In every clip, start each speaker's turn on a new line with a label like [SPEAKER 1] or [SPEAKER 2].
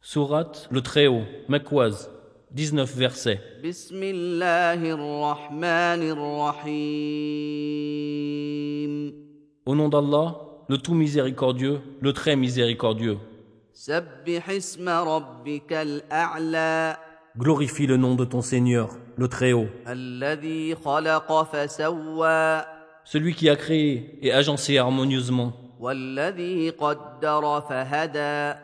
[SPEAKER 1] Sourate le Très-Haut, Makwaz, 19 versets.
[SPEAKER 2] بسم الله الرحمن الرحيم
[SPEAKER 1] Au nom d'Allah, le Tout Miséricordieux, le Très Miséricordieux.
[SPEAKER 2] سبح اسم ربك الأعلى
[SPEAKER 1] Glorifie le nom de ton Seigneur, le Très-Haut,
[SPEAKER 2] الذي خلق فسوى
[SPEAKER 1] celui qui a créé et agencé harmonieusement,
[SPEAKER 2] والذي قدر فهدى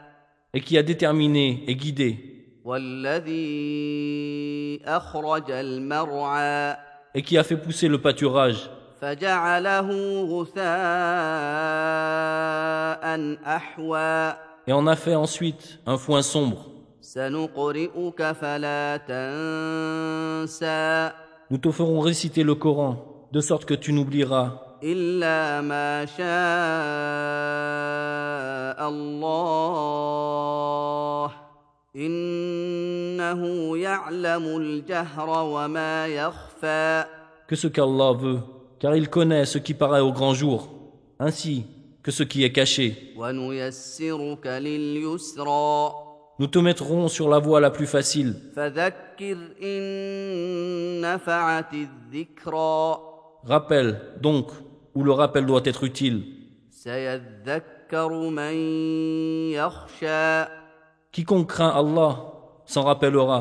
[SPEAKER 1] et qui a déterminé et guidé,
[SPEAKER 2] والذي أخرج المرعى
[SPEAKER 1] et qui a fait pousser le pâturage,
[SPEAKER 2] فجعله غثاء أحوى
[SPEAKER 1] et en a fait ensuite un foin sombre.
[SPEAKER 2] سنقرئك فلا تنسى
[SPEAKER 1] Nous te ferons réciter le Coran, de sorte que tu n'oublieras,
[SPEAKER 2] إلا ما شاء الله إنه يعلم الجهر وما يخفى
[SPEAKER 1] que ce qu'Allah veut, car il connaît ce qui paraît au grand jour, ainsi que ce qui est caché.
[SPEAKER 2] ونيسرك لليسرى
[SPEAKER 1] Nous te mettrons sur la voie la plus facile.
[SPEAKER 2] فذكر إن نفعت الذكرى
[SPEAKER 1] Rappel, donc, où le rappel doit être utile.
[SPEAKER 2] سيذكر من يخشى
[SPEAKER 1] Quiconque craint Allah s'en rappellera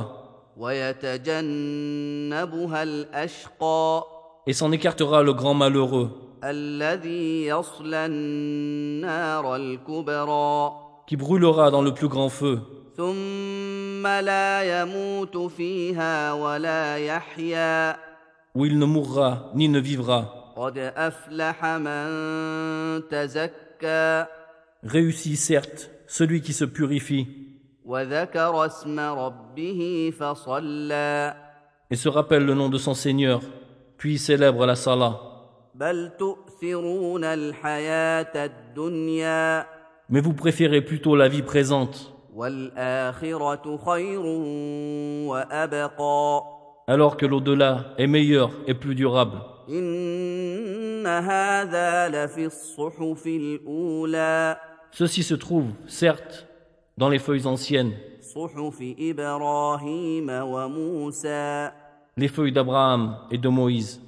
[SPEAKER 2] ويتجنبها الأشقى
[SPEAKER 1] et s'en écartera le grand malheureux
[SPEAKER 2] الذي يصلى النار الكبرى
[SPEAKER 1] qui brûlera dans le plus grand feu,
[SPEAKER 2] ثم لا يموت فيها ولا يحيا
[SPEAKER 1] où il ne mourra ni ne vivra.
[SPEAKER 2] قد أفلح من تزكى
[SPEAKER 1] Réussit certes celui qui se purifie
[SPEAKER 2] وذكر اسم ربه فصلى
[SPEAKER 1] et se rappelle le nom de son Seigneur, puis célèbre la salah.
[SPEAKER 2] بل تؤثرون الحياة الدنيا
[SPEAKER 1] Mais vous préférez plutôt la vie présente,
[SPEAKER 2] والآخرة خير وأبقى
[SPEAKER 1] alors que l'au-delà est meilleur et plus durable.
[SPEAKER 2] إن هذا لفي الصحف الأولى
[SPEAKER 1] Ceci se trouve, certes, dans les feuilles anciennes,
[SPEAKER 2] صحف إبراهيم وموسى
[SPEAKER 1] les feuilles d'Abraham et de Moïse.